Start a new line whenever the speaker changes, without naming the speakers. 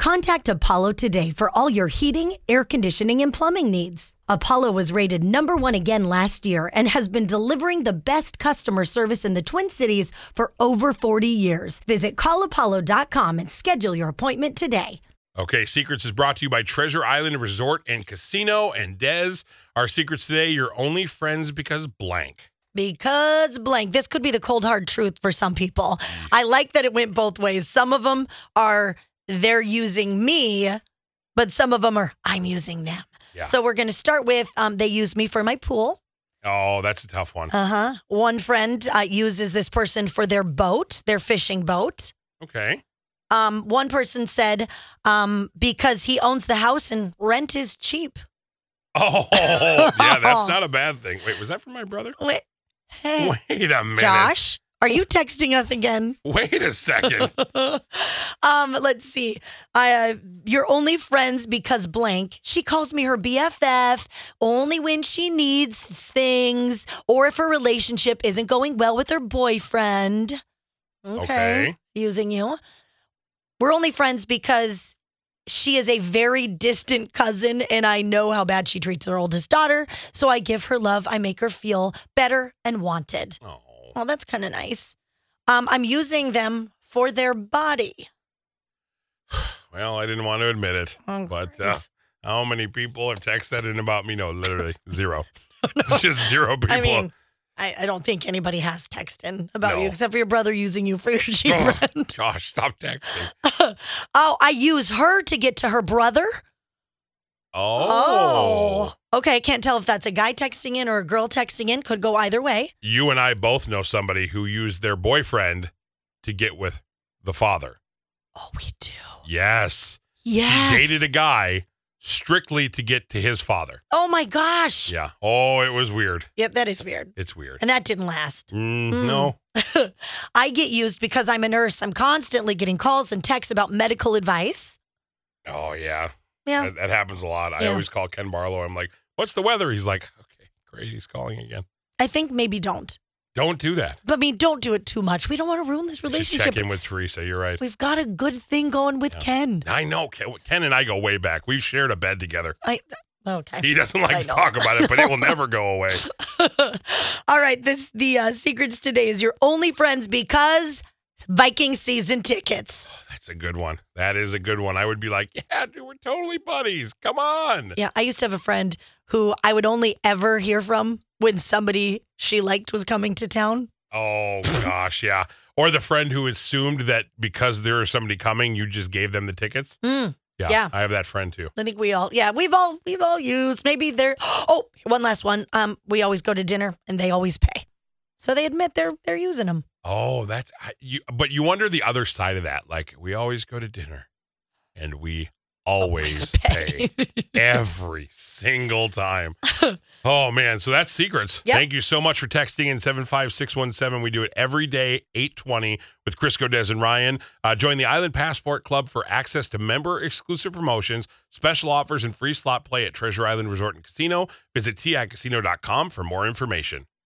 Contact Apollo today for all your heating, air conditioning, and plumbing needs. Apollo was rated number one again last year and has been delivering the best customer service in the Twin Cities for over 40 years. Visit callapollo.com and schedule your appointment today.
Okay, Secrets is brought to you by Treasure Island Resort and Casino and Dez. Our secrets today, you're only friends because blank.
Because blank. This could be the cold hard truth for some people. I like that it went both ways. Some of them are they're using me, but some of them are I'm using them.
Yeah.
So we're going to start with um, they use me for my pool.
Oh, that's a tough one.
Uh huh. One friend uh, uses this person for their boat, their fishing boat.
Okay.
Um, one person said um, because he owns the house and rent is cheap.
Oh, yeah, that's not a bad thing. Wait, was that from my brother?
Wait, hey,
Wait a minute.
Josh, are you texting us again?
Wait a second.
um, let's see. I uh, you're only friends because blank. She calls me her BFF only when she needs things or if her relationship isn't going well with her boyfriend. Okay.
Okay.
Using you. We're only friends because she is a very distant cousin and I know how bad she treats her oldest daughter, so I give her love. I make her feel better and wanted.
Oh.
Well, that's kind of nice. Um, I'm using them for their body.
Well, I didn't want to admit it,
Oh,
but
great.
uh, how many people have texted that in about me? No, literally zero. Just zero people.
I mean, I, I don't think anybody has texted about you
No.
except for your brother using you for your cheap
Oh,
friend.
Gosh, stop texting.
Oh, I use her to get to her brother.
Oh.
Oh. Okay, I can't tell if that's a guy texting in or a girl texting in. Could go either way.
You and I both know somebody who used their boyfriend to get with the father.
Oh, we do.
Yes.
Yes.
She dated a guy strictly to get to his father.
oh my gosh.
Yeah. Oh, it was weird.
yeah, that is weird.
It's weird.
And that didn't last.
Mm, No.
I get used because I'm a nurse. I'm constantly getting calls and texts about medical advice.
Oh, yeah.
Yeah.
That, that happens a lot. I
Yeah.
always call Ken Barlow. I'm like, what's the weather? He's like, okay, great. He's calling again.
I think maybe don't.
Don't do that.
But I mean, don't do it too much. We don't want to ruin this
We should check
relationship.
in with Teresa. You're right.
We've got a good thing going with
Yeah.
Ken.
I know. Ken, Ken and I go way back. We've shared a bed together.
I Oh, okay.
He doesn't
I
like to
know.
talk about it, but it will never go away.
All right, this the uh, secrets today is your only friends because Viking season tickets.
That's a good one. That is a good one. I would be like, yeah, dude, we're totally buddies. Come on.
Yeah, I used to have a friend who I would only ever hear from when somebody she liked was coming to town.
Oh, gosh. Yeah. Or the friend who assumed that because there is somebody coming, you just gave them the tickets. Yeah.
Yeah.
I have that friend too.
I think we all, yeah, we've all, we've all used. Maybe they're. Oh, one last one. Um, we always go to dinner and they always pay, so they admit they're they're using them.
Oh, that's I- you. But you wonder the other side of that. Like we always go to dinner, and we always pay every single time. oh man, so that's secrets.
Yep.
Thank you so much for texting in seven five six one seven. We do it every day eight twenty with Chris Godez and Ryan. Uh, join the Island Passport Club for access to member exclusive promotions, special offers, and free slot play at Treasure Island Resort and Casino. Visit ticasino.com for more information.